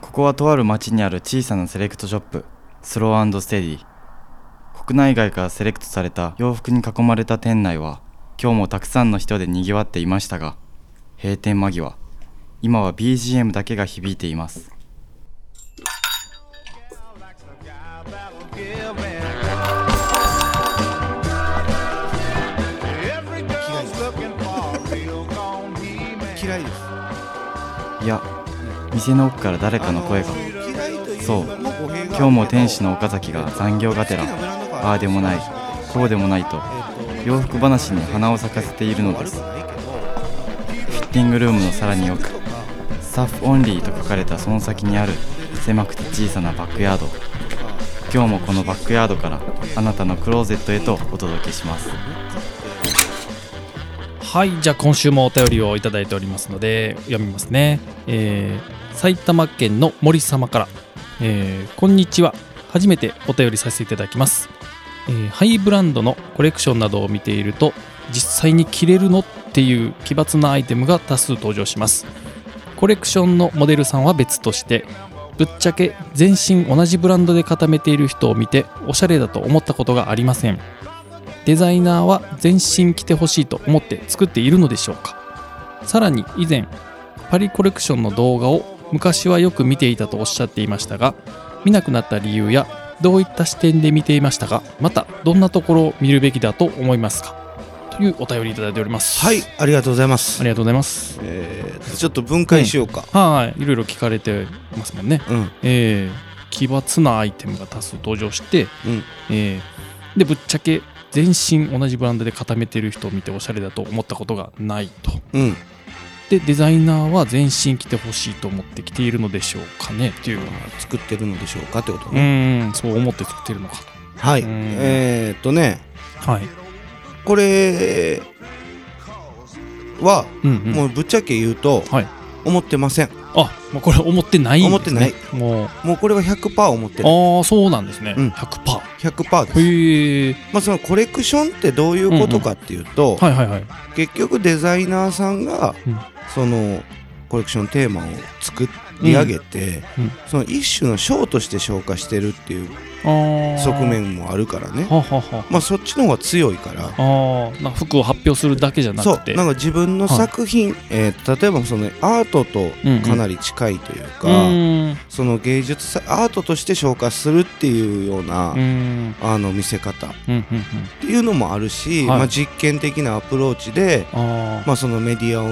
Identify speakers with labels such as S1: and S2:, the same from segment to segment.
S1: こはとある町にある小さなセレクトショップスローステディ国内外からセレクトされた洋服に囲まれた店内は今日もたくさんの人でにぎわっていましたが閉店間際今は BGM だけが響いています
S2: 嫌いです
S1: いや店の奥から誰かの声が
S2: 嫌いという
S1: そう
S2: 今
S1: 今日も店主の岡崎が残業がてらああでもないこうでもないと洋服話に花を咲かせているのですフィッティングルームのさらに奥スタッフオンリーと書かれたその先にある狭くて小さなバックヤード今日もこのバックヤードからあなたのクローゼットへとお届けします
S3: はいじゃあ今週もお便りをいただいておりますので読みますね、えー埼玉県の森様から、えーこんにちは初めてお便りさせていただきます、えーハイブランドのコレクションなどを見ていると実際に着れるのっていう奇抜なアイテムが多数登場しますコレクションのモデルさんは別としてぶっちゃけ全身同じブランドで固めている人を見ておしゃれだと思ったことがありませんデザイナーは全身着てほしいと思って作っているのでしょうかさらに以前パリコレクションの動画を昔はよく見ていたとおっしゃっていましたが見なくなった理由やどういった視点で見ていましたかまたどんなところを見るべきだと思いますかというお便りいただいております
S2: はいありがとうございま
S3: あ
S2: す
S3: りがとうございます
S2: えーちょっと分解しようか
S3: はいいろいろ聞かれてますもんね
S2: うん
S3: えー奇抜なアイテムが多数登場して、
S2: うん
S3: えーでぶっちゃけ全身同じブランドで固めてる人を見ておしゃれだと思ったことがないと
S2: うん
S3: でデザイナーは全身着てほしいと思って着ているのでしょうかねっていう
S2: 作ってるのでしょうかってこと
S3: う
S2: ね
S3: ーんそう思って作ってるのか
S2: はい
S3: うん
S2: えーっとね
S3: はい
S2: これは
S3: うんうん
S2: もうぶっちゃけ言うと
S3: はい
S2: 思ってません
S3: あもうこれ思ってないんです、ね、
S2: 思ってない
S3: もう
S2: もうこれは100%思ってる
S3: ああそうなんですね、
S2: うん
S3: 100%
S2: 100%です
S3: へえ
S2: まあそのコレクションってどういうことかっていうと
S3: はいはいはい
S2: 結局デザイナーさんが
S3: うん
S2: そのコレクションテーマを作り上げて、
S3: うんうん
S2: その一種のショーとして消化してるっていう
S3: ああ
S2: 側面もあるからね
S3: ははは
S2: まあそっちの方が強いから
S3: ああなんか服を発表するだけじゃな
S2: そう
S3: くて
S2: なんか自分の作品、えー例えばそのアートとかなり近いという
S3: う
S2: か、
S3: ーん
S2: その芸術さアートとして消化するっていうような、
S3: うーん
S2: あの見せ方っ
S3: うんうんうん
S2: ていうのもあるし、
S3: はい
S2: まあ、実験的なアプローチで、
S3: ああ、
S2: まあ、そのメディアを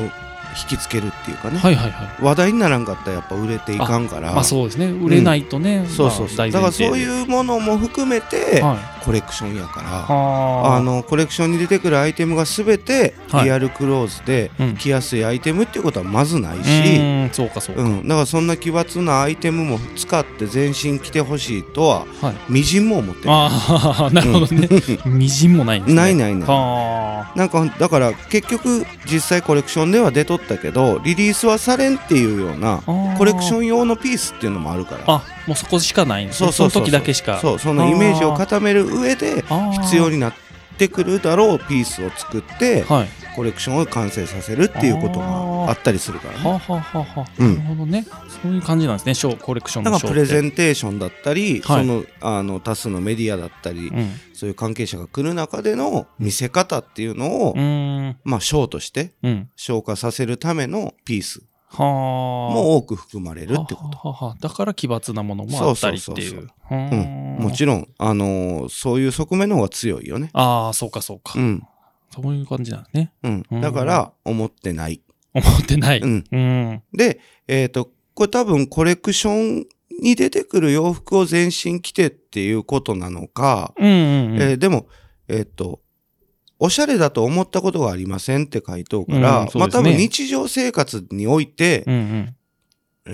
S2: 引きつけるっていうかね、
S3: はいはいはい
S2: 話題にならんかったらやっぱ売れていかんから
S3: まあそうですね売れないとね、
S2: そうそうそう、だからそう
S3: う
S2: いうものも含めて
S3: はい
S2: コレクションやから
S3: あ
S2: あのコレクションに出てくるアイテムが全て
S3: はい
S2: リアルクローズで
S3: うん
S2: 着やすいアイテムっていうことはまずないうし、
S3: ーんそうかそう
S2: う
S3: か、
S2: ん、だからそんな奇抜なアイテムも使って全身着てほしいとは
S3: はい
S2: みじんも思ってな
S3: ああなるほどね、みじんもないんで
S2: い
S3: すね
S2: ないないない
S3: は
S2: なんかだから結局実際コレクションでは出とったけどリリースはされんっていうような
S3: あ
S2: コレクショ
S3: ン
S2: ン用のピースっていうのもあるから
S3: あもうそこしかないんです、ね、その時だけしか
S2: そうそのイメージを固める上で
S3: あー
S2: 必要になってくるだろうピースを作って
S3: はい
S2: コレクションを完成させるっていうことがあったりするからね
S3: はあ、はあはあはあ
S2: うん
S3: なるほどねそういう感じなんですねショーコレクション
S2: だ
S3: の
S2: から
S3: ショー
S2: プレゼ
S3: ン
S2: ンテーションだったり、
S3: は
S2: そ
S3: い
S2: のあの多数のメディアだったり、
S3: うん
S2: そういう関係者が来る中での見せ方っていうのを、
S3: うーん
S2: まあ、ショーとして
S3: うん
S2: 消化させるためのピース
S3: はあ
S2: も多く含まれるってこ
S3: ははははだから奇抜なものもあったりって
S2: そ
S3: い
S2: うそうう。
S3: う
S2: と、う
S3: ー
S2: ん、
S3: ん
S2: もちろん、あのーそういう側面の方が強いよね、
S3: ああ、そうかそうか
S2: う。ん
S3: そういう感じなんですね。
S2: うん
S3: うん、
S2: だから思ってない、
S3: 思ってない。
S2: う、
S3: うんん。
S2: で、えっ、と、これ多分コレクションに出てくる洋服を全身着てっていうことなのか、
S3: うんうんう
S2: え
S3: ん。
S2: ーでも、えっ、と、おしゃれだと思ったことがありませんって回答から、
S3: うんそうですね
S2: まあ多分日常生活において、
S3: うんうん。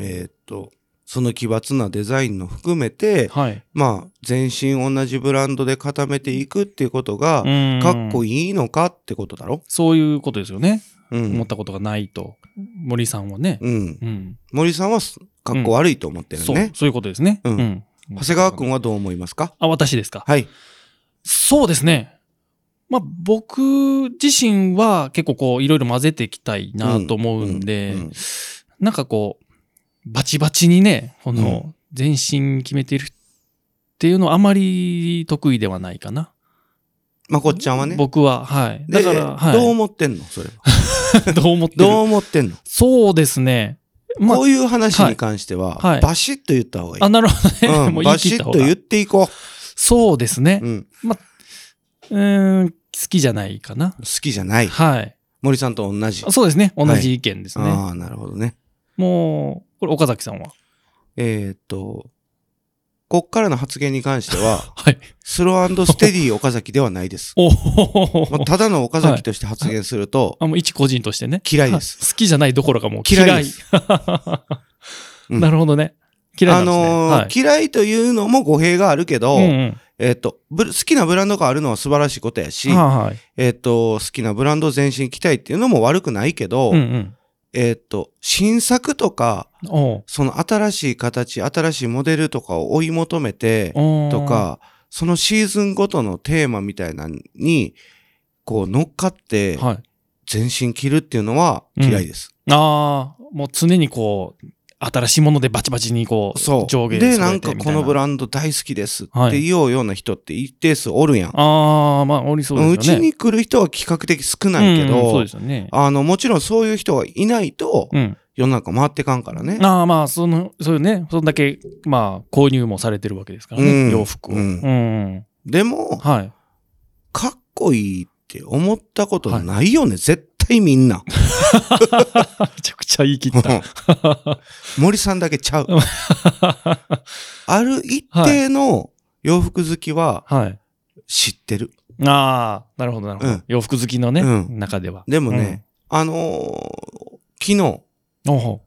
S2: えっ、と、その奇抜なデザインの含めて、
S3: はい。
S2: まあ全身同じブランドで固めていくっていうことが、かっこ
S3: いい。
S2: いいのかってことだろ
S3: そういうことですよね。
S2: う
S3: 思っ
S2: ん。
S3: たことがないと。森さんはね。
S2: うん。
S3: うん。
S2: 森さんはすかっこ悪いと思ってる
S3: そう
S2: ね。、
S3: そういうことですね。
S2: うん
S3: ん。
S2: 長谷川くんはどう思いますか
S3: あ、私ですか。
S2: はい。
S3: そうですね。まあ、僕自身は結構こう、いろいろ混ぜていきたいなと思うんで、
S2: うんうん
S3: なんかこう、バチバチにね、この全身決めてるっていうのはあまり得意ではないかな。
S2: まこっちゃんはね。
S3: 僕は、はい。
S2: で
S3: だから、はい、
S2: どう思ってんのそれは。
S3: どう思ってる
S2: どう思ってんの、
S3: そうですね。まあ
S2: こういう話に関しては、
S3: はいはい
S2: バシッと言った方がいい。
S3: あ、なるほどね。
S2: うん
S3: もう言
S2: バ
S3: い切
S2: シッ
S3: った方
S2: と
S3: が
S2: 言っていこ
S3: そうですね
S2: う。。うん。
S3: うーん、好きじゃないかな。
S2: 好きじゃない。
S3: はい。
S2: 森さんと同じ。
S3: そうですね。同じ意見ですね。
S2: ああ、なるほどね。
S3: もう、これ岡崎さんは。、
S2: えーっと、こっからの発言に関しては
S3: はい。
S2: スローステディ岡崎ではないです。
S3: おお、
S2: まあ、ただの岡崎として発言する と、
S3: あ、もう一個人としてね。
S2: 嫌いです。
S3: 好きじゃないどころかもう嫌
S2: 嫌
S3: い。
S2: いです。うん
S3: なるほどね。嫌いな
S2: あ
S3: んですね。
S2: のー
S3: はい
S2: 嫌いというのも語弊があるけど、
S3: うん
S2: えーっと、ブ好きなブランドがあるのは素晴らしいことやし
S3: うん、はいはい。
S2: えーっと、好きなブランド全身着たいっていうのも悪くないけど、
S3: うんうん。
S2: えーっと、新作とか、
S3: おう
S2: その新しい形、新しいモデルとかを追い求めて、
S3: おう
S2: と、か、そのシーズンごとのテーマみたいなのに、こう乗っかって、
S3: はい。
S2: 全身着るっていうのは嫌いです。
S3: ああ、もう常にこう、新しいものでバチバチにこう、
S2: そう。
S3: 上下
S2: で、なんかこのブ
S3: ン
S2: ランド大好きですっ
S3: は
S2: て
S3: い
S2: 言おうような人って一定数おるやん。
S3: ああ、まあ、おりそう
S2: う
S3: ですよ
S2: ち
S3: ね。
S2: に来る人は比較的少ないけ
S3: うんうんそう
S2: ど
S3: で、すよね。
S2: あの、もちろんそういう人がいないと、
S3: うん。
S2: 世の中回ってかんからね。
S3: ああ、まあ、その、そういうね、そんだけ、まあ、購入もされてるわけですからね、
S2: うん
S3: 洋服を。
S2: う
S3: うんん。うん
S2: でも、
S3: はい。
S2: かっこいいって思ったことないよね、絶対みんな。
S3: めちゃくちゃ言い切った。
S2: 森さんだけち ゃう。ある一定の洋服好きは
S3: はい。
S2: 知ってる。
S3: ああ、なるほど、なるほど。
S2: うん
S3: 洋服好きのね、
S2: うん
S3: 中では。
S2: でもね、あのー昨日、
S3: うん。おほ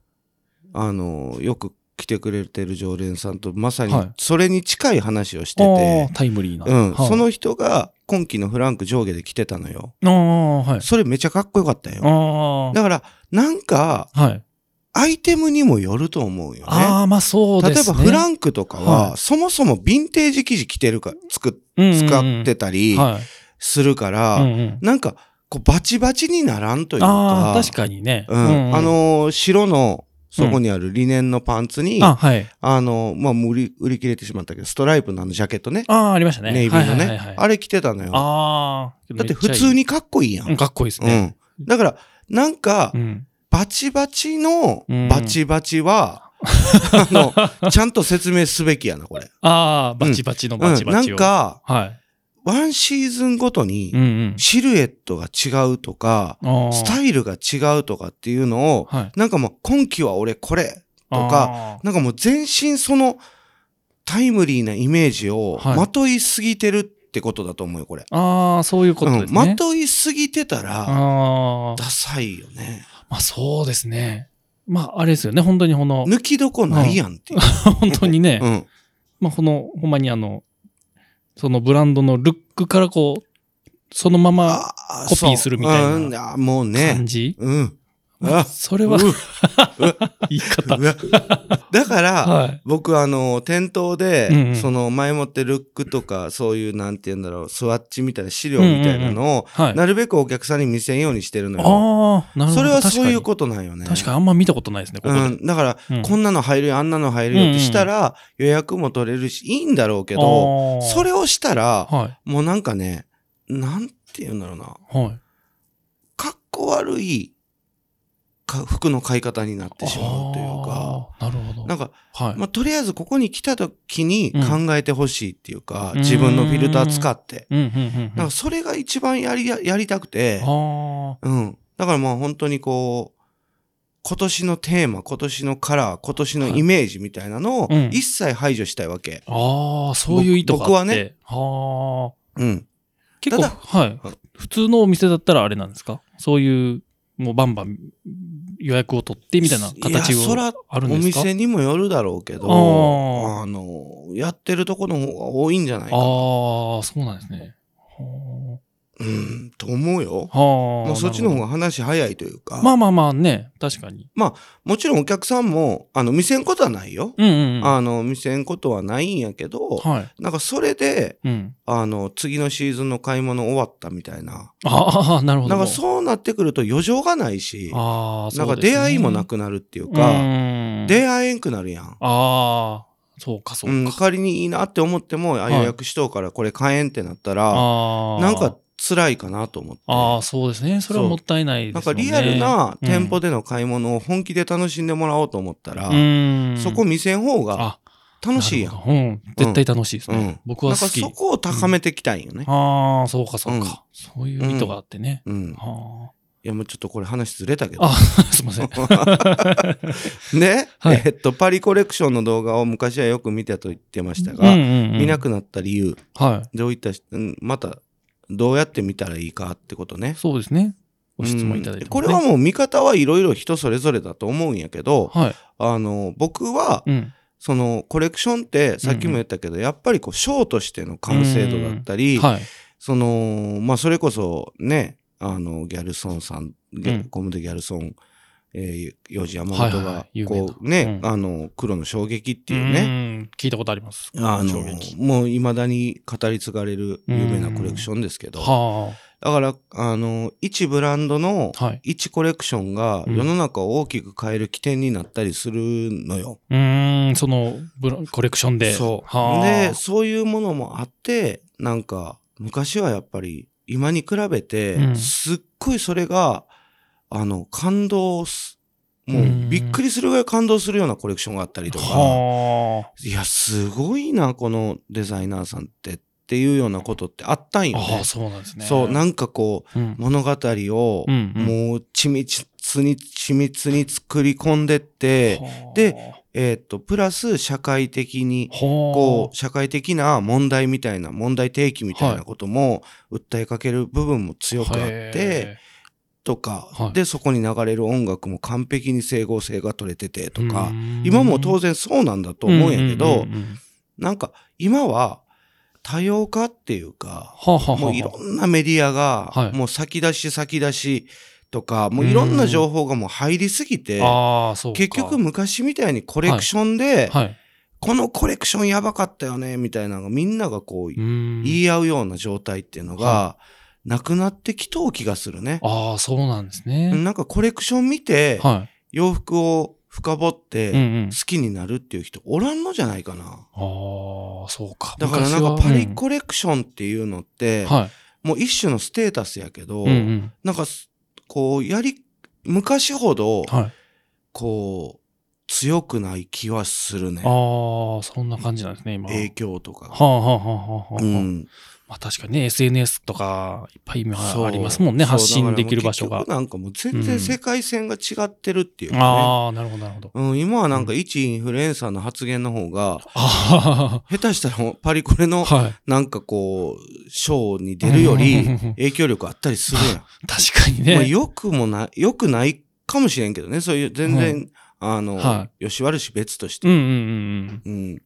S2: あのーよく来てくれてる常連さんとまさに
S3: はい
S2: それに近い話をしてて、
S3: おータイムリーな。
S2: うん、
S3: はい
S2: そ、の人が今季のフランク上下で着てたのよ。
S3: ああー、はい。
S2: それめちゃかっこよかったよ。
S3: あ
S2: だから、なんか、
S3: あ、はい。
S2: アイテムにもよると思うよね。
S3: ああ、まあそう
S2: 例
S3: で
S2: え
S3: す
S2: ば
S3: ね。
S2: フランクとかは、
S3: は
S2: そもそもヴィンテージ生地着てるか、作っ使ってたり
S3: はい。
S2: するから、
S3: うんうん
S2: なんかこうバチバチにならんというか、
S3: ああ、確かにね。
S2: うんあ、のー白のそこにあるリネンのパンツに、
S3: あ、はい。
S2: あのーまあもう売り、売り切れてしまったけど、ストライプのあのジャケットね、
S3: ああ、ありましたね。
S2: ネイビーの
S3: はいはいは
S2: ね、
S3: いはい
S2: あれ着てたのよ。
S3: ああ、
S2: だって普通
S3: に。
S2: にかっこいいやん。
S3: うんかっこいいですね。
S2: うんだから、なんか、
S3: うん。
S2: バチバチの
S3: うん
S2: バチバチ は、あの、ちゃんと説明すべきやな、これ。
S3: ああ、バチバチの バチ
S2: うん、
S3: バ
S2: な
S3: チを。
S2: ん、か、
S3: は
S2: ワンシーズンごとに
S3: い。う、ん
S2: シルエットが違うとか、
S3: うん。
S2: ス
S3: イ
S2: タイルが違うとかっていうのを、
S3: はい。
S2: なんかもう今季は俺これ、とかなんかもう全身そのタイムリーなイメージを
S3: はい
S2: まといすぎてるってことだと思うよ、これ。
S3: あー。あーそういうことで
S2: う
S3: す
S2: ん
S3: ね。
S2: まといすぎてたら、
S3: あ
S2: ダサいよね。
S3: あ。まあそうですね。まああれですよね。本当にこの、
S2: 抜きどこないやんっていう。
S3: 本当にね
S2: う、ん。
S3: まあこの、ほんまにあの、そのブランドのルックからこう、そのまま
S2: あ
S3: コピーするみたいな
S2: そううんあもうね
S3: 感。じ
S2: うん。あ
S3: それは
S2: う
S3: 言い方。
S2: うわだから、
S3: はい。
S2: 僕あの店頭で、
S3: うんうん
S2: その前もってルックとかそういうなんて言うんだろうスワッチみたいな資料みたいなのを、
S3: はい。
S2: なるべくお客さんに見せんようにしてるのよ。
S3: ああ、なるほど。
S2: それはそういう
S3: と。
S2: ことなんよね。
S3: 確かにあんま見たことないですね、ここで。
S2: うん、だから、
S3: うん
S2: こんなの入るよあんなの入るよってしたら、予約も取れるしいいんだろうけど
S3: あー
S2: それをしたら
S3: はい。
S2: もうなんかねなんて言うんだろうな
S3: はい。
S2: かっこ悪いか服の買い方になってしまうというか。
S3: あー。なるほど。
S2: なんか
S3: はい。
S2: まあ、とりあえずここに来た時に
S3: うん
S2: 考えてほしいっていうか、
S3: うん
S2: 自分のフィルター使って。
S3: うん、うん、うん。
S2: なんかそれが一番やりや、やりたくて、
S3: あ
S2: うん。だからまあ本当にこう、今年のテーマ、今年のカラー、今年のイメージみたいなのを
S3: はいうん
S2: 一切排除したいわけ。
S3: あ。ああ、そういう意図があって。
S2: 僕はね。
S3: ああ。
S2: うん。
S3: 結構、
S2: ただ
S3: はい
S2: うん。
S3: 普通のお店だったらあれなんですかそういう、もうバンバン予約を取ってみたいな形
S2: いやそら
S3: をある
S2: お
S3: んですか
S2: 店にもよるだろうけど、
S3: あー
S2: あの、やってるとこの方が多いんじゃない
S3: ああ
S2: か。、
S3: そうなんですね。は
S2: うん、と思うよ。
S3: あ。はあ
S2: もうそっちの方
S3: な
S2: が
S3: る
S2: 話早いというか、
S3: ほどまあまあまあね、確かに。
S2: もちろんお客さんも、あの、見せんことはないよ。
S3: うんうんうん。
S2: あの、見せんことはないんやけど、
S3: はい。
S2: なんかそれで、
S3: うん。
S2: あの、次のシーズンの買い物終わったみたいな。
S3: ああ、なるほど。
S2: なんかそうなってくると余剰がないし、
S3: ああ、
S2: なんか出会いもな
S3: く
S2: くなるっていう
S3: う
S2: か、
S3: んうん
S2: 出会えんくなるやん。
S3: ああ、そうか、そううか。
S2: ん、仮にいいなって思っても、あ
S3: はい
S2: 予約しとうからこれ買えんってなったら、
S3: ああ。
S2: なんか、辛いかなと思って。
S3: ああ、そうですね。それは
S2: そう
S3: もったいないで
S2: なん
S3: すも
S2: か
S3: んね。
S2: リアルな
S3: うん
S2: 店舗での買い物を本気で楽しんでもらおうと思ったら、
S3: うん、
S2: そこ見せん方が
S3: あ、
S2: 楽しいやん。
S3: なるほどうん。絶対楽しいですね。
S2: うん
S3: 僕
S2: なん
S3: は
S2: か
S3: 好き。
S2: そこを高めていきたいんよね。
S3: ああ、そうか、そう
S2: うん
S3: か、そういう意図があってね。
S2: うん。い
S3: あ
S2: や、もうちょっとこれ話ずれたけ
S3: あ
S2: ど。
S3: あ、 すいません。
S2: ね、
S3: はい
S2: えっと、パリコレクションの動画を昔はよく見たと言ってました
S3: うん
S2: が、
S3: うんうん、
S2: 見なくなった理由、
S3: は
S2: どういったし、うんまた、どうやって見たらいいかってことね
S3: い。。そうですね。ご質問いただいてますね、
S2: うんこれはもう見方はいろいろ人それぞれだと思うんやけど、
S3: はい。
S2: あの、僕は、
S3: うん。
S2: そのコレクションってさっきも言ったけど、やっぱりこう、ショーとしての完成度だったり、
S3: はい。
S2: その、まあ、それこそね、あの、ギャルソンさん、ギャ
S3: うん
S2: コムデギャルソン、えー、幼児山
S3: はい
S2: 本
S3: はいは
S2: が
S3: い、有名な
S2: こうね、
S3: うん
S2: あの、黒の衝撃って
S3: う
S2: いうね、
S3: ん。聞いたことあります。
S2: あの
S3: 衝撃、
S2: もう未だに語り継がれる有名なコレクションですけど、
S3: は
S2: だから、あの、一ブランドの
S3: あ。はい。
S2: 一コレクションが
S3: うん
S2: 世の中を大きく変える起点になったりするのよ。
S3: うーん、そのブラ、コレクションで。
S2: そう。
S3: はあ。
S2: で、そういうものもあって、なんか、昔はやっぱり、今に比べて、
S3: うん
S2: すっごいそれが、あの、感動す、も
S3: う
S2: う、
S3: ん
S2: びっくりするぐらい感動するようなコレクションがあったりとか、
S3: はい
S2: や、すごいな、このデザイナーさんって、っていうようなことってあったん
S3: あ。
S2: よ
S3: あ
S2: ね
S3: あ、。そうなんですね。
S2: そう、
S3: ん、
S2: なんかこ
S3: う
S2: う、
S3: ん。
S2: 物語を、
S3: うんうん
S2: もう、緻密に、緻密に作り込んでって、
S3: はあ
S2: で、えーっと、プラス社会的に、こ
S3: は
S2: う、社会的な問題みたいな、問題提起みたいなことも訴えかける部分も
S3: あ。
S2: 強くあって、
S3: へ
S2: とか、
S3: はい
S2: で、そこに流れる音楽も完璧に整合性が取れてて
S3: え、
S2: とか、
S3: うーん
S2: 今も当然そうなんだと思うんやけど、
S3: うんうんうんうん
S2: なんか今は多様化っていうか、
S3: はあ、はあはあ、
S2: もういろんなメディア
S3: は
S2: が、
S3: い
S2: もう先出し先出しとか、もういろんな情報がもう入りすぎて、
S3: ああ、そうか。
S2: 結局、昔みたいにコレクションで、
S3: はい。
S2: このコレクションやばかったよね、みたいなのがみんながこう、
S3: うーん
S2: 言い合うような状態っていうのが、なくなってきとう気がするね。
S3: ああ、そうなんですね。
S2: なんかコレクション見て、
S3: は
S2: 洋服を深掘っ
S3: い。
S2: て
S3: う
S2: 好
S3: んうん。
S2: きになるっていう人おらんのじゃないかな。
S3: ああ、そうか。
S2: だからなん
S3: 昔
S2: か
S3: は
S2: パリコレクションっていうのっ
S3: う
S2: て
S3: ん、はい。
S2: もう一種のステータスやけど、
S3: うんうん。
S2: なんかすこうやり、昔ほど、
S3: はい。
S2: こう、強くない気はするね。
S3: ああ、そんな感じなんですね、今。
S2: 影響とかが。
S3: はあはあはあはあはあ。
S2: うん、
S3: まあ確かにね、SNS とか、いっぱい今
S2: そう
S3: ありますもんね、
S2: そう
S3: 発信できる場所
S2: だ
S3: が
S2: か。らもう結局なんかもう全然世界線が違ってるっていうかね。
S3: ああ、なるほど、なるほど。
S2: うん、今はなんか一インフルエンサーの発言の方が、
S3: あ
S2: 下手したらパリコレ
S3: あ、
S2: の
S3: はい。
S2: なんかこう、ショーに出るよ り
S3: うん
S2: 影響力あったりする
S3: 確かに
S2: やん。まあ、
S3: ね。
S2: よくもな、よくないかもしれんけどね、そういう全然、
S3: う
S2: あの、
S3: は
S2: よし悪し別として。
S3: うんうんうん
S2: うん。だ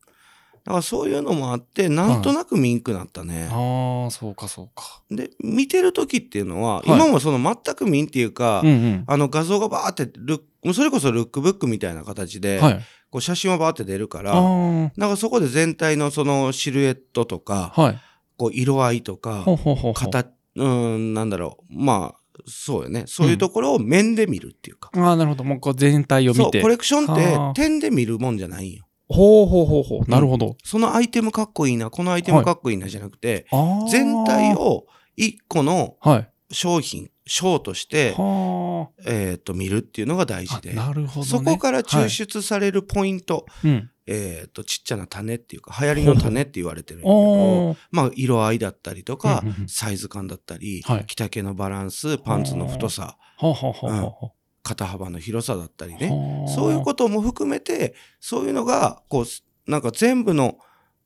S2: からそういうのもあって、なんとなくミンクなったね。
S3: うん。ああ、そうか、そうか。
S2: で、見てる時っていうのは、
S3: い
S2: 今もその全くミンっていうか、
S3: うんうん。
S2: あの画像がバーってルック、もうそれこそルックブックみたいな形で、
S3: はい。
S2: こう写真はバーって出るから、
S3: あ
S2: なんかそこで全体のそのシルエットとか、
S3: あ、はい。
S2: こう色合いとか
S3: ほう、ほうほうほう。
S2: 形、うーん、なんだろう。まあ、そうよね。そういうところを面で見るっていうか。
S3: ああ、なるほど。もうこう全体を
S2: そ
S3: 見
S2: う、
S3: て
S2: コ。レクション
S3: あー
S2: って点で見るもんじゃないんよ。
S3: ほうほうほうほう。なるほど。
S2: そのアイテムかっこいいな、このアイテムかっこいいなじゃなくて、
S3: ああ。
S2: 全体。を一個の
S3: はい。
S2: 商品、賞として、
S3: は
S2: えっと、見るっていうのが大
S3: あ
S2: 事
S3: あ。
S2: で。
S3: なるほどね。
S2: そこから抽出されるポイント、
S3: はい。うん。
S2: えっと、ちっちゃな種っていうか、流行りの種って言われてるんやけど、
S3: おー
S2: まあ、色合いだったりとか
S3: うんうんう、ん
S2: サイズ感だったり
S3: はい、
S2: 着丈のバランス、パンツの太さ、
S3: はあはあはあは
S2: 肩幅の広さだったり
S3: あ。
S2: ね。
S3: はあ
S2: そういうことも含めて、そういうのが、こう、なんか全部の、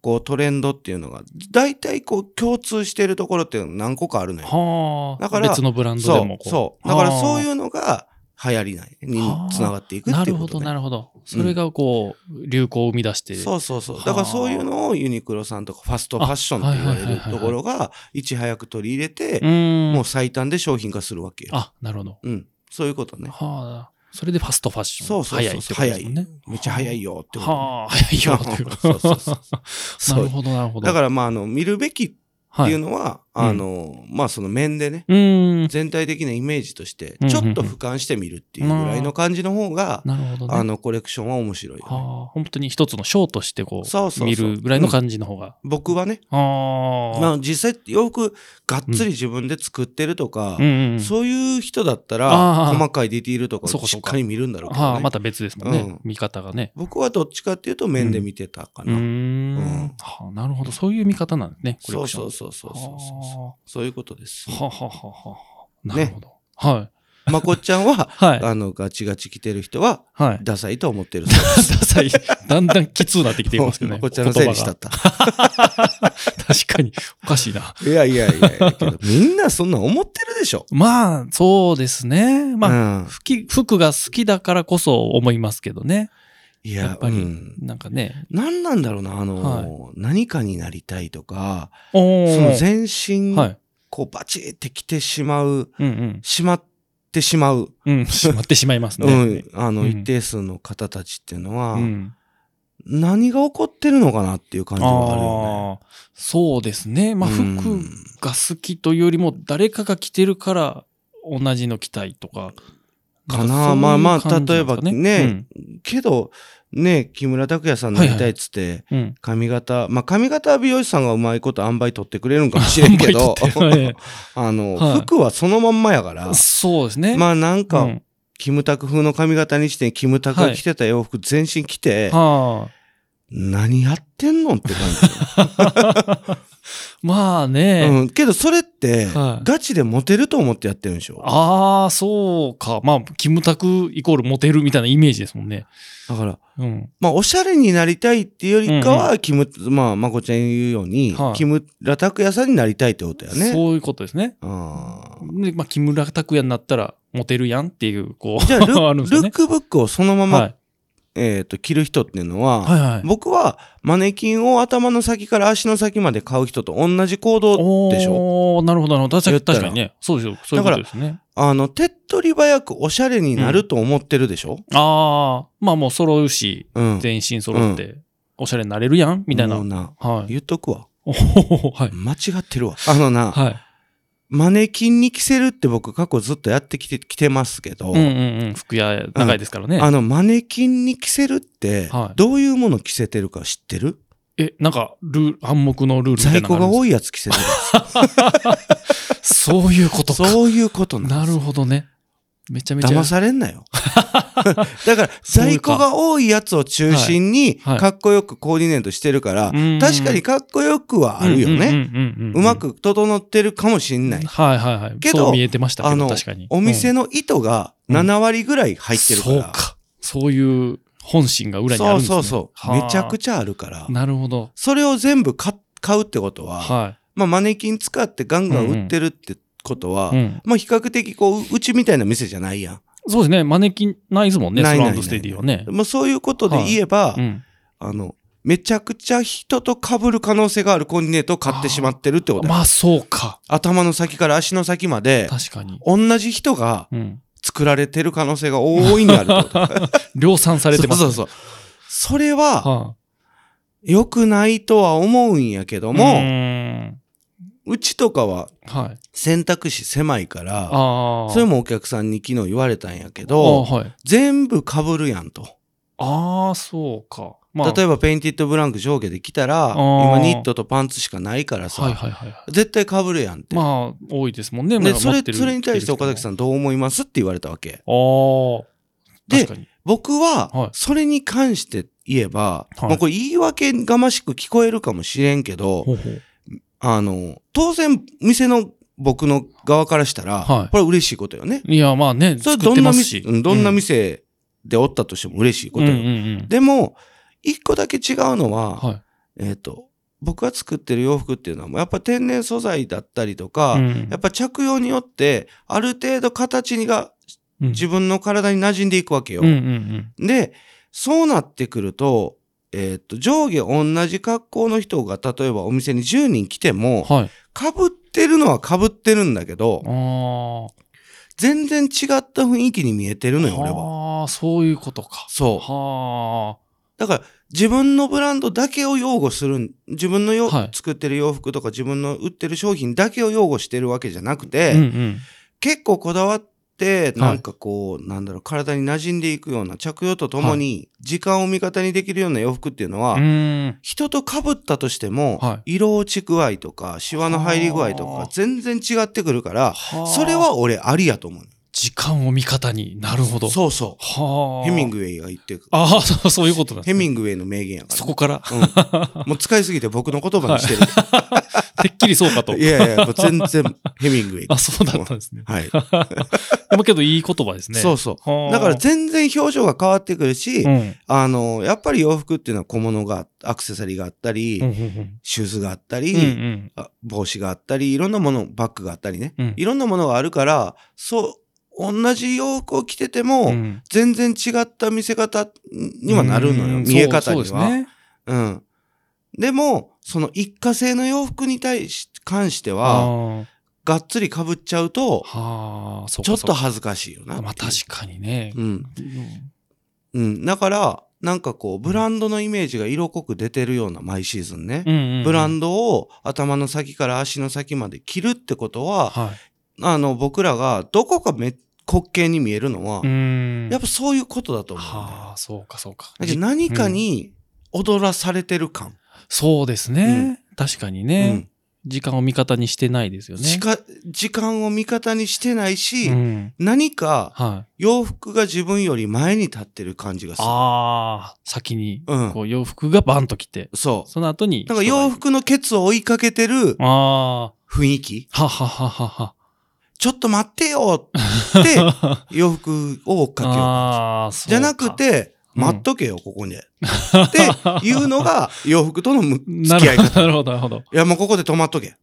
S2: こう、トレンドっていうのが、大体こう、共通してるところっていうのが何個かあるのよ。
S3: はあ。
S2: だから
S3: 別のブランド
S2: そ
S3: でも
S2: う、
S3: こ
S2: そう。だからそう
S3: う
S2: いうのが、流行りないに
S3: はあ
S2: つながっていく
S3: はあ。
S2: っ
S3: な
S2: てい
S3: る
S2: う
S3: ほ
S2: こと
S3: ど、
S2: ね
S3: なるほど。それがこう、流行を生み出して。
S2: そうそうそう。だか
S3: はあ
S2: らそういうのをユニクロさんとかファストファッションって言われるところが、いち早く取り入れ
S3: う
S2: て、
S3: ん。
S2: もう最短で商品化するわけよ。
S3: あ、なるほど。
S2: うん。そういうことね。
S3: はあ。それでファストファッション。
S2: そうそう
S3: 早い
S2: そ
S3: っ
S2: う
S3: て
S2: そう。
S3: こと
S2: 早
S3: です
S2: い
S3: もんね。。
S2: めっちゃ早いよってことね。
S3: はあ、早いよっていう
S2: そうそうそう
S3: なるほど、なるほど。、
S2: だかららまあ、あの、見るべきって
S3: は
S2: いう
S3: い。
S2: のは、あの、まあその面でね、
S3: うーん。
S2: 全体的なイメージとして
S3: うん、
S2: ちょっと俯瞰してみるっていうぐらいの感じの方が、
S3: なるほどね。
S2: あのコレクションは面白いよね、
S3: はあ、本当に一つのショーとしてこう
S2: そうそうそう
S3: 見るぐらいの感じの方が。
S2: 僕はね、
S3: ああ。
S2: まあ実際洋服がっつり自分で作ってるとか、
S3: うんうん、
S2: そういう人だった
S3: あ
S2: ら
S3: あ
S2: 細かいディティールとか
S3: そうか
S2: を
S3: そ
S2: し
S3: う
S2: っ
S3: か
S2: かり見るんだろうけど、ね
S3: はあ、また別ですもんね、
S2: うん
S3: 見方がね。
S2: 僕はどっちかっていうと面で見てたか
S3: うー
S2: な、
S3: ん、
S2: うん
S3: はあ。なるほど。そういう見方なんですね。コレ
S2: そう
S3: クショ
S2: そ
S3: ン
S2: うそうそうそうそうそう
S3: は
S2: そういうことです
S3: あはあはあはあ。なるほど。はい。
S2: まこっちゃんは
S3: はい。
S2: あのガチガチ着てる人は
S3: はい。
S2: ダサいと思ってるそうで
S3: ダサ い。だんだんきつうなってきていますけ
S2: す
S3: どね。
S2: まこっちゃんのせいにし
S3: 言
S2: た
S3: 葉
S2: った
S3: が確かに。おかしいな。
S2: いやいやいやいやけ どみんなそんなん思ってるでしょ
S3: まあ、そうですね。まあ、
S2: うん、
S3: 服服が好きだからこそ思いますけどね。
S2: い
S3: やっぱり
S2: うん
S3: なんかね。
S2: 何なんだろうなあの、何かになりたいとか
S3: おー
S2: その全身、
S3: はい。
S2: こうバチって来てしまう、
S3: うん
S2: しまってしまう、
S3: うん。 うん。しまってしまいます
S2: う
S3: ね。
S2: ん、あ
S3: う
S2: の
S3: ん
S2: 一定数の方たちっていうのは、
S3: うん
S2: 何が起こってるのかなっていう感じはあるよね。
S3: あーそうですね。まあ、
S2: うん
S3: 服が好きというよりも、誰かが着てるから同じの着たいとか。
S2: かなん
S3: そういう
S2: まあまあ
S3: 感じなんです
S2: 例
S3: か
S2: えばね。けど、ね、木村拓哉さんになりたいっつって、
S3: うんうん。
S2: 髪型、まあ髪型は美容師さんがうまいこと塩梅取ってくれるんかもしれんけ ど
S3: あんまり取ってな い
S2: あの、
S3: はい
S2: 服はそのまんまやから、
S3: そうですね。
S2: まあなんか、
S3: うん
S2: キムタク風の髪型にして、キムタクが着てた洋服全身着て、
S3: はあ
S2: 何やってんのって感
S3: まあ
S2: じ。
S3: ね。
S2: うん。けどそれって、
S3: はい
S2: ガチでモテると思ってやってるんでしょ
S3: ああ、そうか。まあ、キムタクイコールモテるみたいなイメージですもんね。
S2: だから、
S3: うん。
S2: まあ、おしゃれになりたいっていうよりかは、キム、まあ、まこちゃん言うように、
S3: はい
S2: キムラ拓哉さんになりたいってことやね。
S3: そういうことですね。
S2: あー
S3: で、まあ、木村拓哉になったら、モテるやんっていう、こう。
S2: じゃあル
S3: あるんですよ
S2: ル
S3: ね
S2: ッ。クブックをそのまま、
S3: はい。
S2: えっ、と、着る人っていうのは、
S3: はいはい。
S2: 僕はマネキンを頭の先から足の先まで買う人と同じ行動でしょ
S3: おーなるほど、なるほど。確か
S2: 言
S3: に
S2: ったら
S3: 確かにね。そうですよ。そういうことですね。
S2: あの、手っ取り早くおしゃれになると思ってるでしょ
S3: ああ、まあもう揃うし、
S2: うん。
S3: 全身揃って、おしゃれになれるやんみたいな。
S2: もう
S3: はい。
S2: 言っとくわ。
S3: おー はい。
S2: 間違ってるわ。あのな、
S3: はい。
S2: マネキンに着せるって僕過去ずっとやってきて、きてますけど、
S3: うんうんうん。服屋、長いですからね。
S2: あの、マネキンに着せるって
S3: はい、
S2: どういうもの着せてるか知ってる、
S3: え、なんか、ルール、暗黙のルールみたい
S2: 在
S3: な
S2: 庫
S3: の
S2: が
S3: あるんで
S2: 多いやつ着せ てる。
S3: すか。そういうことか。
S2: そういうことなんです。
S3: なるほどね。めちゃめちゃ。
S2: 騙されんな よ。だから、在庫が多いやつを中心に、
S3: はいはい
S2: かっこよくコーディネートしてるから、
S3: うん
S2: 確かにかっこよくはあるよ
S3: うん
S2: ね。
S3: うんうんうんうん
S2: うまく整ってるかもしんない。
S3: はいはいはい。
S2: けど
S3: そう見えてましたけ
S2: あ
S3: ど、
S2: の
S3: 確かに。
S2: お店の糸が7割ぐらい入ってるから。
S3: そうか。そういう本心が裏にあるん
S2: そ
S3: で
S2: う
S3: すね。
S2: そうそう。めちゃく
S3: ち
S2: ちゃあるから。
S3: なるほど。
S2: それを全部買買うってことは、
S3: は
S2: まあ、マネキン使ってガンガン売ってるってことは、
S3: い。うん。
S2: まあ、比較的こう、うちみたいな店じゃないや
S3: そうですね。マネキンないですもんね、
S2: ない
S3: ス
S2: ないな
S3: ラン
S2: い
S3: ドステディはね
S2: ん。。もうそういうことで言えば、
S3: うん。
S2: あの、めちゃくちゃ人と被る可能性があるコーディネートを買ってしまってるってことだよ
S3: まあ、そうか。
S2: 頭の先から足の先まで、
S3: 確かに。
S2: 同じ人が
S3: うん。
S2: 作られてる可能性が大いにあるってこと だ。
S3: 量産されてます。
S2: そうそうそう。それは、
S3: は
S2: 良くないとは思うんやけど
S3: い。
S2: も、
S3: も
S2: うちとかは
S3: うーん。はい。
S2: 選択肢狭いから、
S3: ああ。
S2: それもお客さんに昨日言われたんやけ
S3: あ
S2: ど、
S3: ーはい。
S2: 全部被るやんと。
S3: ああ、そうか。まあ、
S2: 例
S3: え
S2: えば、ペインティッドブランク上下で来たら、
S3: ー
S2: 今ニットとパンツしかないからさ、
S3: はいはいはいはい。絶
S2: 絶対被るやんって。
S3: まあ、多いですもんね。
S2: で、それ、
S3: 持ってる
S2: それに対して岡崎さ
S3: ん。
S2: んどう思いますって言われたわけ。
S3: ああ。
S2: で
S3: 確かに。
S2: 僕
S3: はい
S2: は、それに関して言えば、
S3: はい
S2: まあこれ言い訳がましく聞こえるかもしれんけど、
S3: ほうほう
S2: あの、当然、店の僕の側からしたら、
S3: はい
S2: これは嬉しいことよね。
S3: いや、まあね、
S2: それは
S3: 作っ
S2: ど
S3: て
S2: んな
S3: ますし
S2: 店、。うんどんな店でおったとしても嬉しいこと
S3: うん
S2: よ。
S3: うんうん。
S2: でも、一個だけ違うのは、
S3: はい。
S2: えっ、と、僕が作ってる洋服っていうのは、やっぱ天然素材だったりとか、
S3: うん
S2: やっぱ着用によって、ある程度形にが
S3: うん
S2: 自分の体に馴染んでいくわけよ。
S3: うんうんうん。
S2: で、そうなってくると、えーっと、上下同じ格好の人が、例えばお店に10人来ても、
S3: はい。
S2: 被ってるのは被ってるんだけど、
S3: ああ。
S2: 全然違った雰囲気に見えてるのよ、俺は。
S3: ああ、そういうことか。
S2: そう。
S3: は
S2: だから自分のブランドだけを擁護するん自分のよ、
S3: はい
S2: 作ってる洋服とか自分の売ってる商品だけを擁護してるわけじゃなくて、
S3: うんうん
S2: 結構こだわってなんかこう、なんだろう体に馴染んでいくような着用とともに時間を味方にできるような洋服っていうのは、
S3: うーん
S2: 人と被ったとしても、
S3: は
S2: 色落ち具合とかシワの入り具合と
S3: はあ
S2: か全然違ってくるから
S3: はあ
S2: それは俺ありやと思う
S3: 時間を味方になるほど
S2: そうそ
S3: は
S2: う
S3: あ
S2: ヘミン
S3: グ
S2: グウェイが言ってく
S3: ああそうそういうことなんで
S2: ヘ
S3: すね
S2: ミングウェイの名言やから
S3: そこから
S2: うん、もう使いすぎて僕の言葉にしてる、
S3: てっきりそうかと
S2: い、やいやもう全然ヘミングウェイ
S3: あそうだったんですね
S2: はい、
S3: でもけどいい言葉ですね
S2: そうそ
S3: は
S2: う
S3: あ
S2: だから全然表情が変わってくるし、
S3: うんうん
S2: あのやっぱり洋服っていうのは小物がアクセサリーがあったり、
S3: うんうん
S2: シューズがあった
S3: う
S2: り、
S3: んうん
S2: あ帽子があったりいろんなものバッグがあったりね、
S3: うん
S2: いろんなものがあるからそう同じ洋服を着てても、
S3: うん
S2: 全然違った見せ方にはなるのよ
S3: うん
S2: 見え方には
S3: そうそうですね
S2: うん、でもその一過性の洋服に対し関しては
S3: あ
S2: がっつりかぶっちゃうと
S3: あはあそうか
S2: ちょっ
S3: そ
S2: と
S3: うか
S2: 恥ずかしいよなっていう
S3: まあ確かにね
S2: うん
S3: うん
S2: うん、だからなんかこうブランドのイメージが色濃く出てるような毎シーズンね、
S3: うんうんうん
S2: ブランドを頭の先から足の先まで着るってことは
S3: はい
S2: あの僕らがどこかめ滑稽に見えるのは、
S3: うーん
S2: やっぱそういうことだと思うんだよ
S3: はあそうかそうか
S2: だけ
S3: じ
S2: ど何かに踊らされてる感、
S3: そうですね確かに
S2: うん
S3: ね時間を味方にしてないですよね
S2: 時間時間を味方にしてないし、
S3: うん
S2: 何か
S3: はい
S2: 洋服が自分より前に立ってる感じがする。
S3: ああ先に
S2: うん
S3: こう洋服がバンと来て
S2: そ
S3: その後に
S2: う。なんか洋服のケツを追いかけてる
S3: ああは
S2: 雰囲気、
S3: はははは
S2: ちょっと待ってよ って洋服を追っかけよう。
S3: ああ
S2: じゃなくて、
S3: うん
S2: 待っとけよ、ここに。っていうのが、 洋服とのむ
S3: な
S2: 付き合い
S3: るほ
S2: 方。
S3: どなるほどなるほど
S2: いや、もうここで止まっとけ。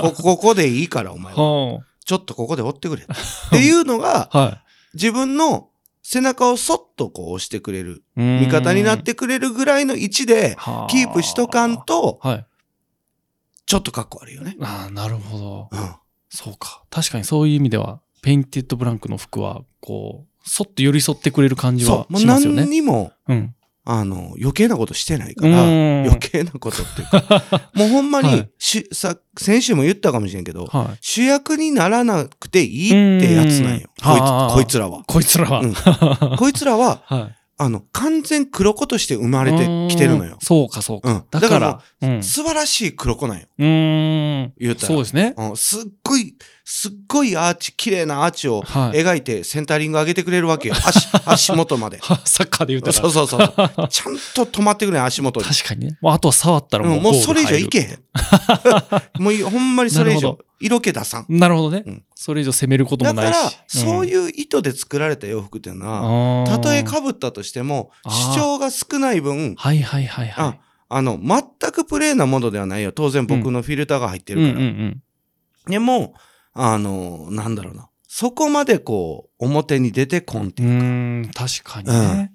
S2: こここでいいから、お前は。
S3: は
S2: ちょっとここで追ってくれ。っていうのが、
S3: あは
S2: 自分の背中をそっとこう押してくれる。
S3: い味
S2: 味方になってくれるぐらいの位置で、キープしとかんと、
S3: はい
S2: ちょっとかっこ悪いよね。
S3: ああなるほど
S2: うん。
S3: そうか確かにそういう意味ではペインテッドブランクの服はこうそっと寄り添ってくれる感じは
S2: そう。もう
S3: しますよ
S2: 何
S3: ね
S2: にも、
S3: うん
S2: あの、余計なことしてないか
S3: う
S2: ら、
S3: ん
S2: 余計なことっていうか、 もうほんま
S3: は
S2: に
S3: い
S2: し、さ、先週も言ったかもしれんけど、
S3: はい
S2: 主役にならなくていいってやつなんよ。
S3: うんはあ
S2: こいつ、こいつらは。
S3: こいつらは、
S2: うんこいつらは、
S3: はい
S2: あの、完全黒子として生まれてきてるの
S3: うーん
S2: よ。
S3: そうかそうか、
S2: うん。だ
S3: だか
S2: から
S3: ら、うん
S2: 素晴らしい黒子なんよ。
S3: うーん
S2: 言うたら
S3: そうですね
S2: うん。すっごい、すっごいアーチ、綺麗なアーチを
S3: はい。
S2: 描いてセンタリング上げてくれるわけよ。足、足元まで
S3: サッカーで言うたら
S2: そうそうそう。ちゃんと止まってくれん、足元に。
S3: 確かにねもうあとは触ったら
S2: う
S3: もう,、
S2: ん、もうそれ以上いけへん。もういほんまにそれ以
S3: なる
S2: 上
S3: ほ、
S2: 色気出さん。
S3: なるほどね、
S2: うん
S3: それ以上攻めることも
S2: だか
S3: ない
S2: ら
S3: し、
S2: そう
S3: う
S2: いう意図で作られた洋服っていうのは、
S3: ん
S2: たとえ
S3: あー
S2: 被ったとしても、
S3: あー
S2: 主張が少ない分、
S3: はいはいはいはい
S2: ああの、全くプレーなものではないよ。当然僕のフィルターが入って
S3: うんう
S2: る
S3: ん
S2: か
S3: う
S2: ら。
S3: ん
S2: でも、あの、なんだろうな。そこまでこう、表に出てこんって
S3: う
S2: いうか
S3: ーん確かにね、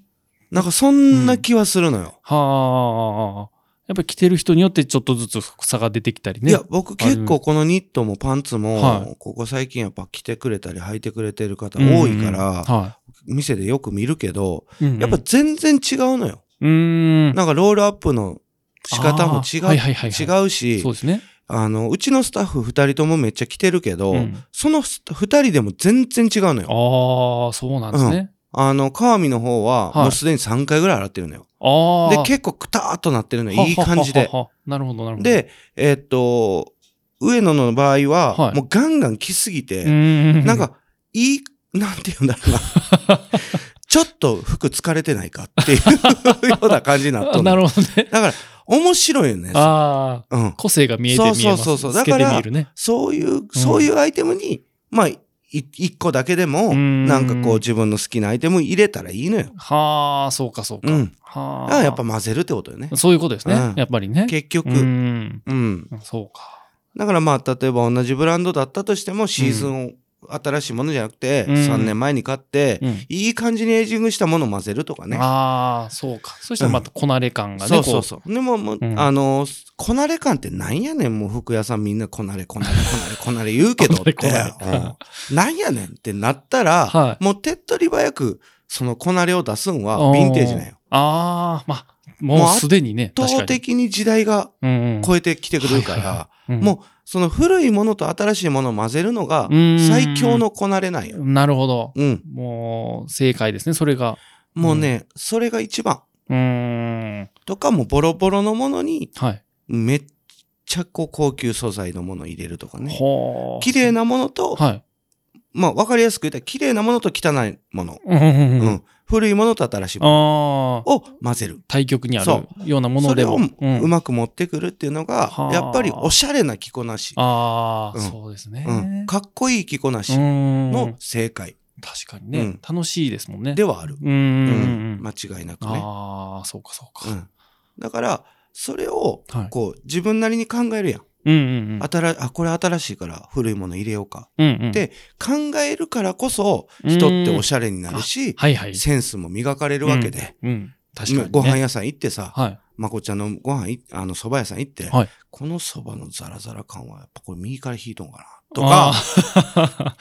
S2: なんかそんな気はするのよ。
S3: はあやっぱり着てる人によってちょっとずつ差が出てきたりね
S2: いや、僕結構このニットもパンツ
S3: は
S2: も、ここ最近やっぱ着てくれたり履いてくれてる方多いか
S3: うんうん
S2: ら、
S3: は
S2: 店でよく見るけど、
S3: いうんうん
S2: やっぱ全然違うのよ。
S3: うーん
S2: なんかロールアップの仕方も違
S3: あーは
S2: う
S3: いはいはいはい
S2: 違うし
S3: そう、ですね、
S2: あの、うちのスタッフ二人ともめっちゃ来てるけど、
S3: うん
S2: そのスタ二人でも全然違うのよ。
S3: ああそうなんですね、
S2: あの、川見の方は、
S3: はい
S2: もうすでに3回ぐらい洗ってるのよ。
S3: ああ
S2: で、結構くたーっとなってるのよ。いい感じ
S3: は
S2: で
S3: は。ははなるほどなるほど、
S2: で、えーっと、上野の場合は、
S3: はい
S2: もうガンガン来すぎ
S3: う
S2: て、
S3: ん
S2: なんか、いい、なんて言うんだろうな。 ちょっと服疲れてないかっていうような感じになっ
S3: あ
S2: とんの
S3: な るほどね
S2: だから、面白いよね。
S3: ああ
S2: うん。
S3: 個性が見えて見えます
S2: そうそうそうそう
S3: 透けて見えるね
S2: そういう、そういうアイテムに、まあ、い一個だけでも、
S3: うん
S2: なんかこう自分の好きなアイテム入れたらいいのよ。
S3: はあそうかそうか、
S2: うん。だ
S3: はあ
S2: からやっぱ混ぜるってことよね。
S3: そういうことですね、
S2: うん
S3: やっぱりね
S2: 結
S3: う
S2: 局。
S3: ん
S2: うん。
S3: そうか
S2: だからまあ、例えば同じブランドだったとしても、シーズンを、新しいものじゃなくて、
S3: うん
S2: 3年前に買って、
S3: うん
S2: いい感じにエイジングしたものを混ぜるとかね。
S3: ああそうかそしたらまたこなれ感がね、
S2: そうそう
S3: こ
S2: そう。でも、もう、
S3: うん
S2: あの、こなれ感ってなんやねん、もう服屋さんみんなこなれ、こなれ、こなれ、こなれ言うけどって。
S3: こなれこなれ
S2: うんなんやねんってなったら、
S3: はい
S2: もう手っ取り早く、そのこなれを出すんは
S3: おー
S2: ヴィンテージなんよ。
S3: ああ、まあ、
S2: も
S3: も
S2: う
S3: うすでにね、
S2: 圧
S3: 確
S2: 倒
S3: かに。
S2: 的に時代が
S3: うんうん
S2: 超えてきてくるか
S3: はいはい
S2: ら、
S3: うん
S2: もうその古いものと新しいものを混ぜるのが
S3: うん
S2: 最強のこなれなんよ。
S3: なるほど。
S2: うん。
S3: もう、正解ですね、それが。
S2: もうね、それが一番。
S3: うーん。
S2: とかもうボロボロのものに
S3: はい。
S2: めっちゃこう高級素材のものを入れるとかね。
S3: ほう。
S2: 綺麗なものと、
S3: はい。
S2: まあ分かりやすく言ったら綺麗なものと汚いもの。
S3: うんうん
S2: う
S3: うん
S2: ん。
S3: うん。
S2: 古いものと新しいも
S3: ああ、
S2: のを混ぜる。
S3: 対極にある
S2: そ
S3: ようなもの
S2: それ
S3: でも。
S2: を
S3: ん
S2: うまく持ってくるっていうのが
S3: は、あ
S2: やっぱりおしゃれな着こなし。
S3: ああ、
S2: うん
S3: そうですね。
S2: うん。かっこいい着こなし
S3: の
S2: の正解
S3: 確かにね、
S2: うん
S3: 楽しいですもんね。
S2: ではある。
S3: うんうん
S2: う
S3: うんん。
S2: 間違いなくね。
S3: ああ、そうかそう
S2: う
S3: か。
S2: ん。だから、それを、
S3: はい。
S2: こう、自分なりに考えるやん。
S3: うんうんうん。
S2: あたら、あ、これ新しいから古いもの入れようか。
S3: うんうん、
S2: で考えるからこそ、人ってお
S3: し
S2: しゃれになるし、
S3: はいはい。
S2: センスも磨かれるわけで。
S3: うん。確かに、ね。
S2: ご飯屋さん行ってさ、
S3: はい。
S2: まこちゃんのご飯い、あの、蕎麦屋さん行って、
S3: はい
S2: この蕎麦のザラザラ感は、やっぱこれ右から引いとんかな、とか、
S3: あ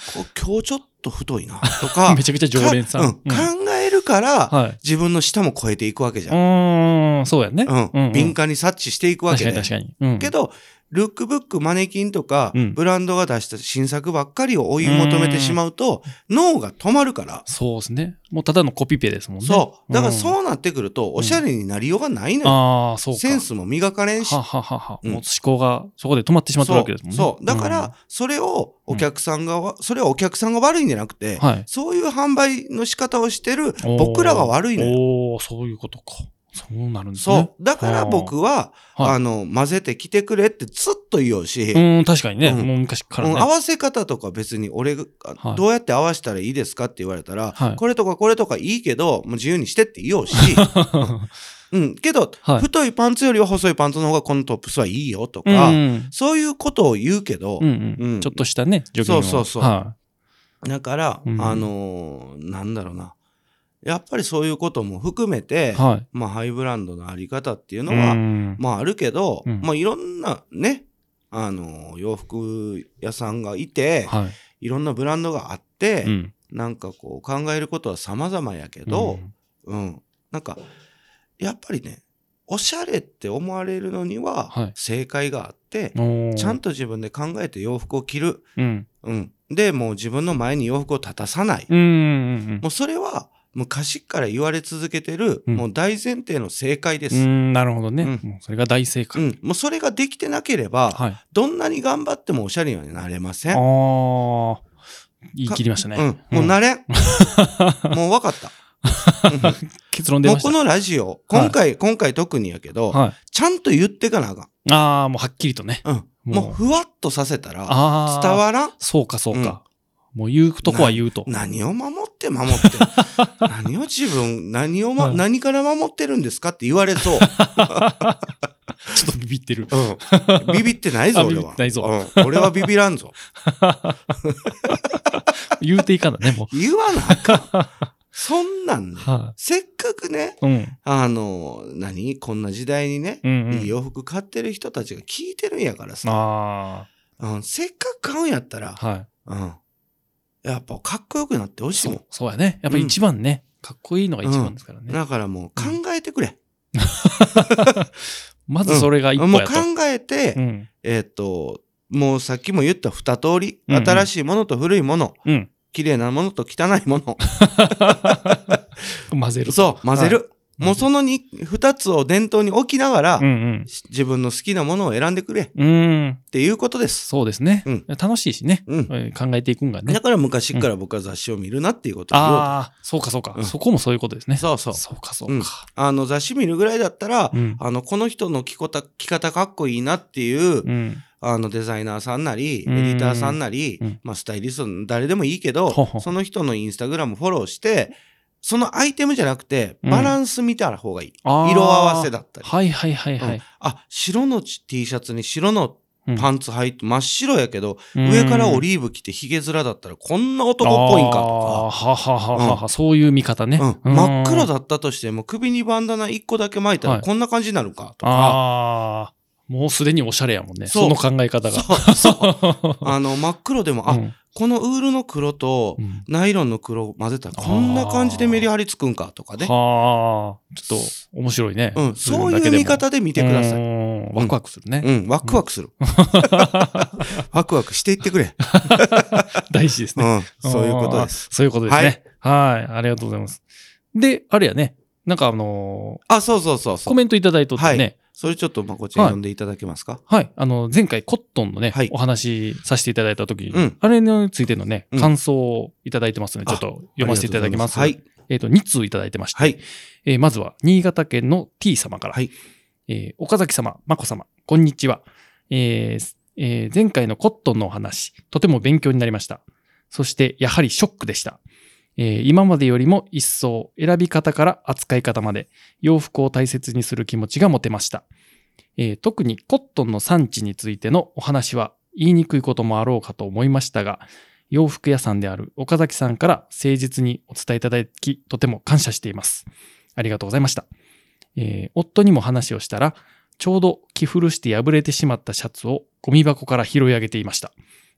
S3: ー
S2: こ今日ちょっと太いな、とか、
S3: めちゃくちゃ常連さん。
S2: かうん、考えるから、
S3: はい。
S2: 自分の舌も超えていくわけじ
S3: う
S2: ゃん。
S3: ーん、そうやね。
S2: うん。敏
S3: 感
S2: 感に察知していくわけで。
S3: 確かに確かに。うん、
S2: けど、ルックブック、マネキンとか、
S3: うん
S2: ブランドが出した新作ばっかりを追い求めてしまうと、脳が止まるから。
S3: そうですね。もうただのコピペですもんね。
S2: そう。だから
S3: う
S2: そうなってくると、おしゃれになりようがない
S3: ん、
S2: のよ。
S3: ああ、そうか。
S2: センスも磨かれんし。
S3: はははは、
S2: うん
S3: もう思考がそこで止まってしまってるわけですもんね。
S2: そうそう。だか
S3: うん
S2: ら、それをお客さんが、それはお客さんが悪いんじゃなくて、
S3: はい。
S2: そういう販売の仕方をしてる僕らが悪いのよ。
S3: おーそういうことか。そうなるんですね。
S2: そう。だから僕は、
S3: あーはい
S2: あの、混ぜてきてくれってずっと言おうし、
S3: うーん、確かにね。
S2: うん
S3: もう昔からね。
S2: うん合わせ方とか別に俺が、
S3: はい
S2: どうやって合わせたらいいですかって言われたら、
S3: はい
S2: これとかこれとかいいけど、もう自由にしてって言おうし、うん、けど、
S3: はい
S2: 太いパンツよりは細いパンツの方がこのトップスはいいよと
S3: う
S2: か、
S3: ん
S2: そういうことを言うけど、
S3: うんう
S2: うん
S3: ん。ちょっとしたね、助言を
S2: そうそうそう
S3: は
S2: だから、
S3: うん
S2: あのーなんだろうな。やっぱりそういうことも含めて、
S3: い。はい。
S2: まあ、ハイブランドのあり方っていうのは、
S3: うん
S2: まあ、あるけど、
S3: うん
S2: まあ、いろんなね、あのー洋服屋さんがいて、、
S3: はい
S2: ろんなブランドがあって、
S3: い。うん
S2: なんかこう、考えることは様々やけど、うん、なんか、やっぱりね、おしゃれって思われるのに
S3: は、
S2: はい正解があって、
S3: うん
S2: ちゃんと
S3: と。
S2: 自分で考えて洋服を着る。
S3: うん。
S2: うん。で、もう自分の前に洋服を立たさない。
S3: うんうん
S2: もうそれは昔から言われ続けてる、
S3: うん
S2: もう大前提の正解で
S3: う
S2: す。うん
S3: ん。なるほどね。
S2: うん
S3: もうそれが大正解。
S2: もうそれができてなければ、
S3: はい。
S2: どんなに頑張ってもおしゃれにはなれません。
S3: ああ。言い切りましたね。
S2: うん、もうなれ ん。もう分かった。うん
S3: 結 論出
S2: もう
S3: まし
S2: こ
S3: た。
S2: のラジオ、今回、今回特にやけど、
S3: は
S2: ちゃんと言ってかなあか
S3: い。ああ、もうはっきりとね。
S2: ん。うん、
S3: もう
S2: もうふわっとさせたら、
S3: ああ。
S2: 伝わらん。
S3: そうかそうか。もう言うとこは言うと。
S2: 何を守って守って、 何を自分、何を、ま
S3: はい
S2: 何から守ってるんですかって言われそう。
S3: ちょっとビビってる。
S2: うん、ビビってないぞ、
S3: あ
S2: 俺
S3: ビビ
S2: は
S3: っ。てないぞ
S2: うん。俺はビビらんぞ。
S3: 言うていかんだね、も う。
S2: 言わなあかん。そんなんね、
S3: は
S2: せっかくね、
S3: い。うん。
S2: あの、何こんな時代にね、
S3: うん、う
S2: いい
S3: ん。
S2: 洋服買ってる人たちが聞いてるんやからさ、
S3: あ
S2: うん、せっかく買うんやったら
S3: あ。、はい。
S2: うん、やっぱかっこよくなってほしい
S3: そ
S2: も
S3: う、そうやね。やっぱり一番ね、かっこいいのが一番ですから
S2: ん。
S3: ね。
S2: だからもう考えてくれ。
S3: まずそれが一歩
S2: もう
S3: や
S2: 考
S3: と。
S2: えて、
S3: うん。
S2: えーっと、もうさっきも言った二通り、
S3: うんうん
S2: 新しいものと古いもの、
S3: うん。
S2: 綺麗なものと汚いもの、
S3: 混ぜる。
S2: そう、混ぜる。もう
S3: の、
S2: そのに二つを伝統に置きながら、
S3: うん
S2: し自分の好きなものを選んでくれっ
S3: うん。うん。
S2: ていうことです。
S3: そうですね。
S2: うん
S3: 楽しいしね。
S2: うん。
S3: えー考えていくんがね
S2: だ。から昔から僕は雑誌を見るなっていうことを言おうと
S3: ああ、そうかそうか、
S2: うん
S3: そこもそういうことですね。
S2: そうそう。
S3: そうかそううんか。
S2: あの雑誌見るぐらいだったら、
S3: うん。
S2: あの、この人の着こた着方かっこいいなっていう、
S3: うん。
S2: あのデザイナーさんなり、エデ
S3: うん
S2: ィターさんなり、
S3: うん
S2: まあスタイリストの誰でもいいけど
S3: ほうほ、う
S2: その人のインスタグラムフォローして、そのアイテムじゃなくて、
S3: うん
S2: バランス見た方がいい。
S3: あー
S2: 色合わせだったり。
S3: はいはいはいはい。
S2: あ、白の T シャツに白のパンツ履いて、真っ白やけど、
S3: うん
S2: 上からオリーブ着てヒゲ面だったらこんな男っぽいんかと
S3: あーははははは、そういう見方ね。
S2: か、うん、真っ黒
S3: と
S2: だったとしても首にバンダナ1個だけ巻いた
S3: は
S2: ら
S3: い
S2: こんな感じになるかとか、
S3: ああ。もうすでにおしゃれやもんね。
S2: そ
S3: そうの考え方が。
S2: そうそう あの真っ黒でもあ、
S3: うん
S2: このウールの黒と
S3: うん
S2: ナイロンの黒を混ぜたらこんな感じでメリハリつくんかとかね、
S3: はあ、ちょっと面白いね。
S2: うん、そういう見方で見てください。
S3: い。ワクワクするね。
S2: うん、ワクワクする。ワクワクしていってくれ。
S3: 大事 です
S2: う
S3: ね。
S2: ん、そういうことです。
S3: す。そういうことですね。はい。ありがとうございます。で、あれやね。なんかあの
S2: あ、そうそうそう
S3: ー
S2: そ
S3: コ
S2: う。
S3: メントいただいとってね。
S2: それちょっとまこちゃん呼んでいただけますか、
S3: はい。あの、前回コットンのね、
S2: はい
S3: お話しさせていただいた時
S2: うん
S3: あれについてのね
S2: う、ん
S3: 感想をいただいてますので、ちょっと読ませていただきます。
S2: ありがとうござい
S3: えっと、2通いただいてまして。
S2: はい。はい。
S3: えーまずは、新潟県の T 様から。
S2: はい
S3: えー岡崎様、まこ様、こんにちは。えーえー前回のコットンのお話、とても勉強になりました。そして、やはりショックでした。えー今までよりも一層、選び方から扱い方まで、洋服を大切にする気持ちが持てました。えー特にコットンの産地についてのお話は、言いにくいこともあろうかと思いましたが、洋服屋さんである岡崎さんから誠実にお伝えいただき、とても感謝しています。ありがとうございました。えー夫にも話をしたら、ちょうど着古して破れてしまったシャツをゴミ箱から拾い上げていました。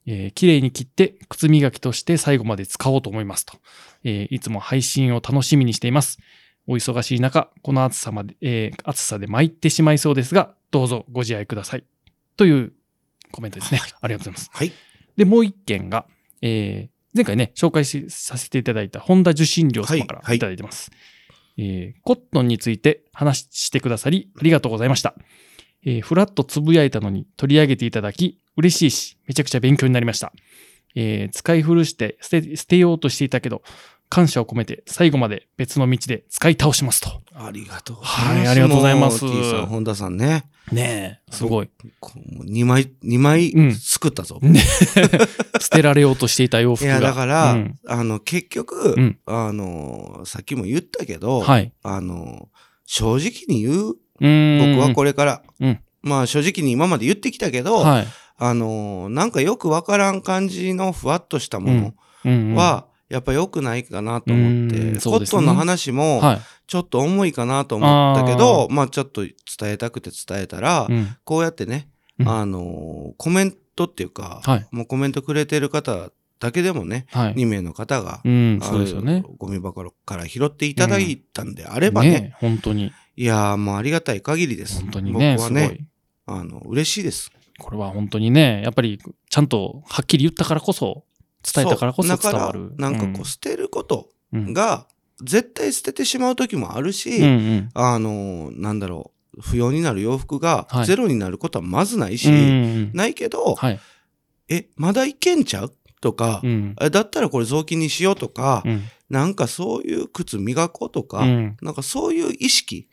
S3: えー綺麗に切って靴磨きとして最後まで使おうと思いますと。えーいつも配信を楽しみにしています。お忙しい中、この暑さまで、えー暑さで参ってしまいそうですが、どうぞご自愛ください。というコメントですね。ありがとうございます。
S2: はい
S3: で、もう一件が、えー前回ね、紹介しさせていただいた本田受信料様か
S2: はい
S3: ら
S2: はい
S3: いただいてます。えーコットンについて話してくださり、ありがとうございました。えーふらっとつぶやいたのに取り上げていただき、嬉しいし、めちゃくちゃ勉強になりました。えー使い古して捨て捨てようとしていたけど、感謝を込めて最後まで別の道で使い倒しますと。
S2: ありがとうございます。
S3: はいありがとうございます
S2: もう T さん、本田さんね。
S3: ねえ、すごい。
S2: こうもう2枚、二枚
S3: うん
S2: 作ったぞ。
S3: ね捨てられようとしていた洋
S2: い
S3: 服が。
S2: や、だから、
S3: うん
S2: あの、結局、
S3: うん
S2: あの、さっきも言ったけど、
S3: はい。
S2: あの、正直に言う、
S3: 僕
S2: 僕はこれから、
S3: うん
S2: まあ正直に今まで言ってきたけど、
S3: はい。
S2: あの、なんかよくわからん感じのふわっとしたも
S3: うんうん
S2: のは、やっぱ良くないかなと思って、
S3: うんそ
S2: コ
S3: うで
S2: ッ
S3: す
S2: ト
S3: ね
S2: ンの話も、
S3: は
S2: ちょっと重いかなと思ったけど、まあちょっと伝えたくて伝えたら、
S3: い。うん
S2: こうやってね、
S3: うん
S2: あのーコメントっていうか、
S3: はい
S2: もうコメントくれてる方だけでもね、
S3: はい。
S2: 2名の方が、
S3: うん、そうですよね
S2: あ。のゴミ箱から拾っていただいたんであればね、
S3: え本当に、
S2: いやーもうありがたい限りです。
S3: 本当にね、
S2: 僕は
S3: すご
S2: ね、
S3: い。
S2: あの、嬉しいです。
S3: これは本当にね、やっぱり、ちゃんと、はっきり言ったからこそ、伝えたからこそ
S2: そうだ
S3: 伝
S2: から
S3: わる。
S2: なんかこう、捨てること
S3: うん、うん、
S2: が、絶対捨ててしまう時もあるし、
S3: うんうん
S2: あのーなんだろう、不要になる洋服が
S3: はい
S2: ゼロになることはまずないし、
S3: うんうん
S2: ないけど、
S3: はい。
S2: え、まだいけんちゃうとか、
S3: うん。
S2: えだったらこれ雑巾にしようとか、
S3: うん。
S2: なんかそういう靴磨こうとか、
S3: うん
S2: なんかそういう意識、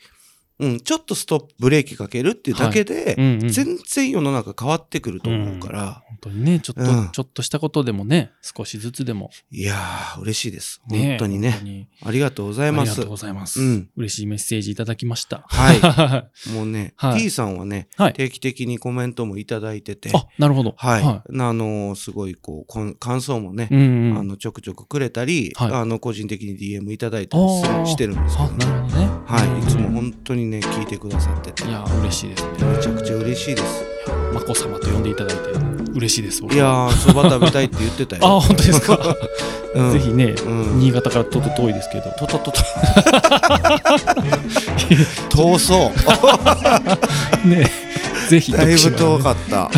S2: うん、ちょっとストップブレーキかけるっていうだけで、
S3: うんうん
S2: 全然世の中変わってくると思うから、
S3: 本当にね、ちょっと、
S2: うん
S3: ちょっとしたことでもね、少しずつでも、
S2: いやー、嬉しいです。
S3: ね、
S2: 本当にね。ありがとうございま
S3: 本当にありが
S2: す
S3: とう。ございます、
S2: うん
S3: 嬉しいメッセージいただきまし
S2: は。
S3: た。 はい
S2: もうね、
S3: はい
S2: T さんはね、
S3: はい
S2: 定期的にコメントもいただいてて、
S3: い。あ、なるほど。
S2: はい。あのーすごい、こうこん、感想もね、
S3: うんうん。
S2: あの、ちょくちょくくれたり、
S3: はい
S2: あの、個人的に DM いただいたりす
S3: あー
S2: してるんですけ
S3: あ
S2: ど、ね
S3: な。るほどね。
S2: はい、いつも本当にね、聞いてくださってて、
S3: い
S2: め
S3: や、嬉しいですね。
S2: ちゃくちゃ嬉しいです。
S3: まこ様と呼んでいただいて、嬉しいです、僕
S2: いやー、そば食べたいって言ってたよ。
S3: あ、本当ですか。
S2: うん
S3: ぜひね、
S2: うん
S3: 新潟からちょっと遠いですけど、
S2: とととと。遠そう。
S3: ね、ぜひ
S2: だい
S3: 徳島
S2: ぶ
S3: に
S2: 遠か った。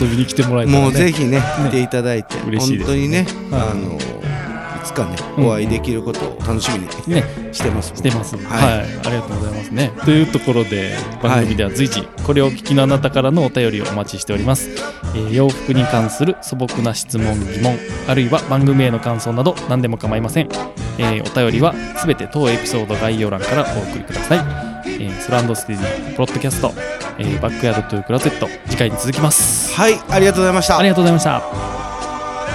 S3: 遊びに来てもらえたら、ね、
S2: もうぜひね、来ていただいて、
S3: 嬉し
S2: 本
S3: いです
S2: 当にね、
S3: はい
S2: あの、いつかね、
S3: うん
S2: お会いできることを楽しみに
S3: ね、
S2: してます。
S3: してます、はい、
S2: は
S3: ありがとうございますね。というところで、番組では随時、これをお聞きのあなたからのお便りをお待ちしております。えー洋服に関する素朴な質問、疑問、あるいは番組への感想など、何でも構いません。えーお便りは、すべて当エピソード概要欄からお送りください。えースランドステディ、プロッドキャスト、えーバックヤードトゥークロゼット、次回に続きます。
S2: はい、ありがとうございました
S3: あ。りがとうございました。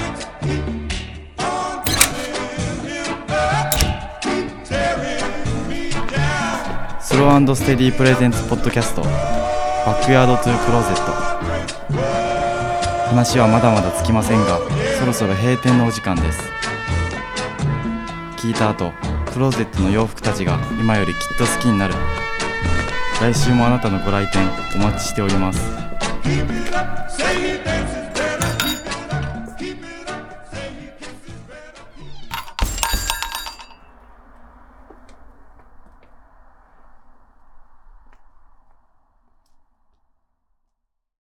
S1: スローステディープレゼンツポッドキャストバックヤードトゥークローゼット話はまだまだつきませんがそろそろ閉店のお時間です聞いた後クローゼットの洋服たちが今よりきっと好きになる
S4: 来週もあなたのご来店お待ちしております
S1: Keep it up, say it dances.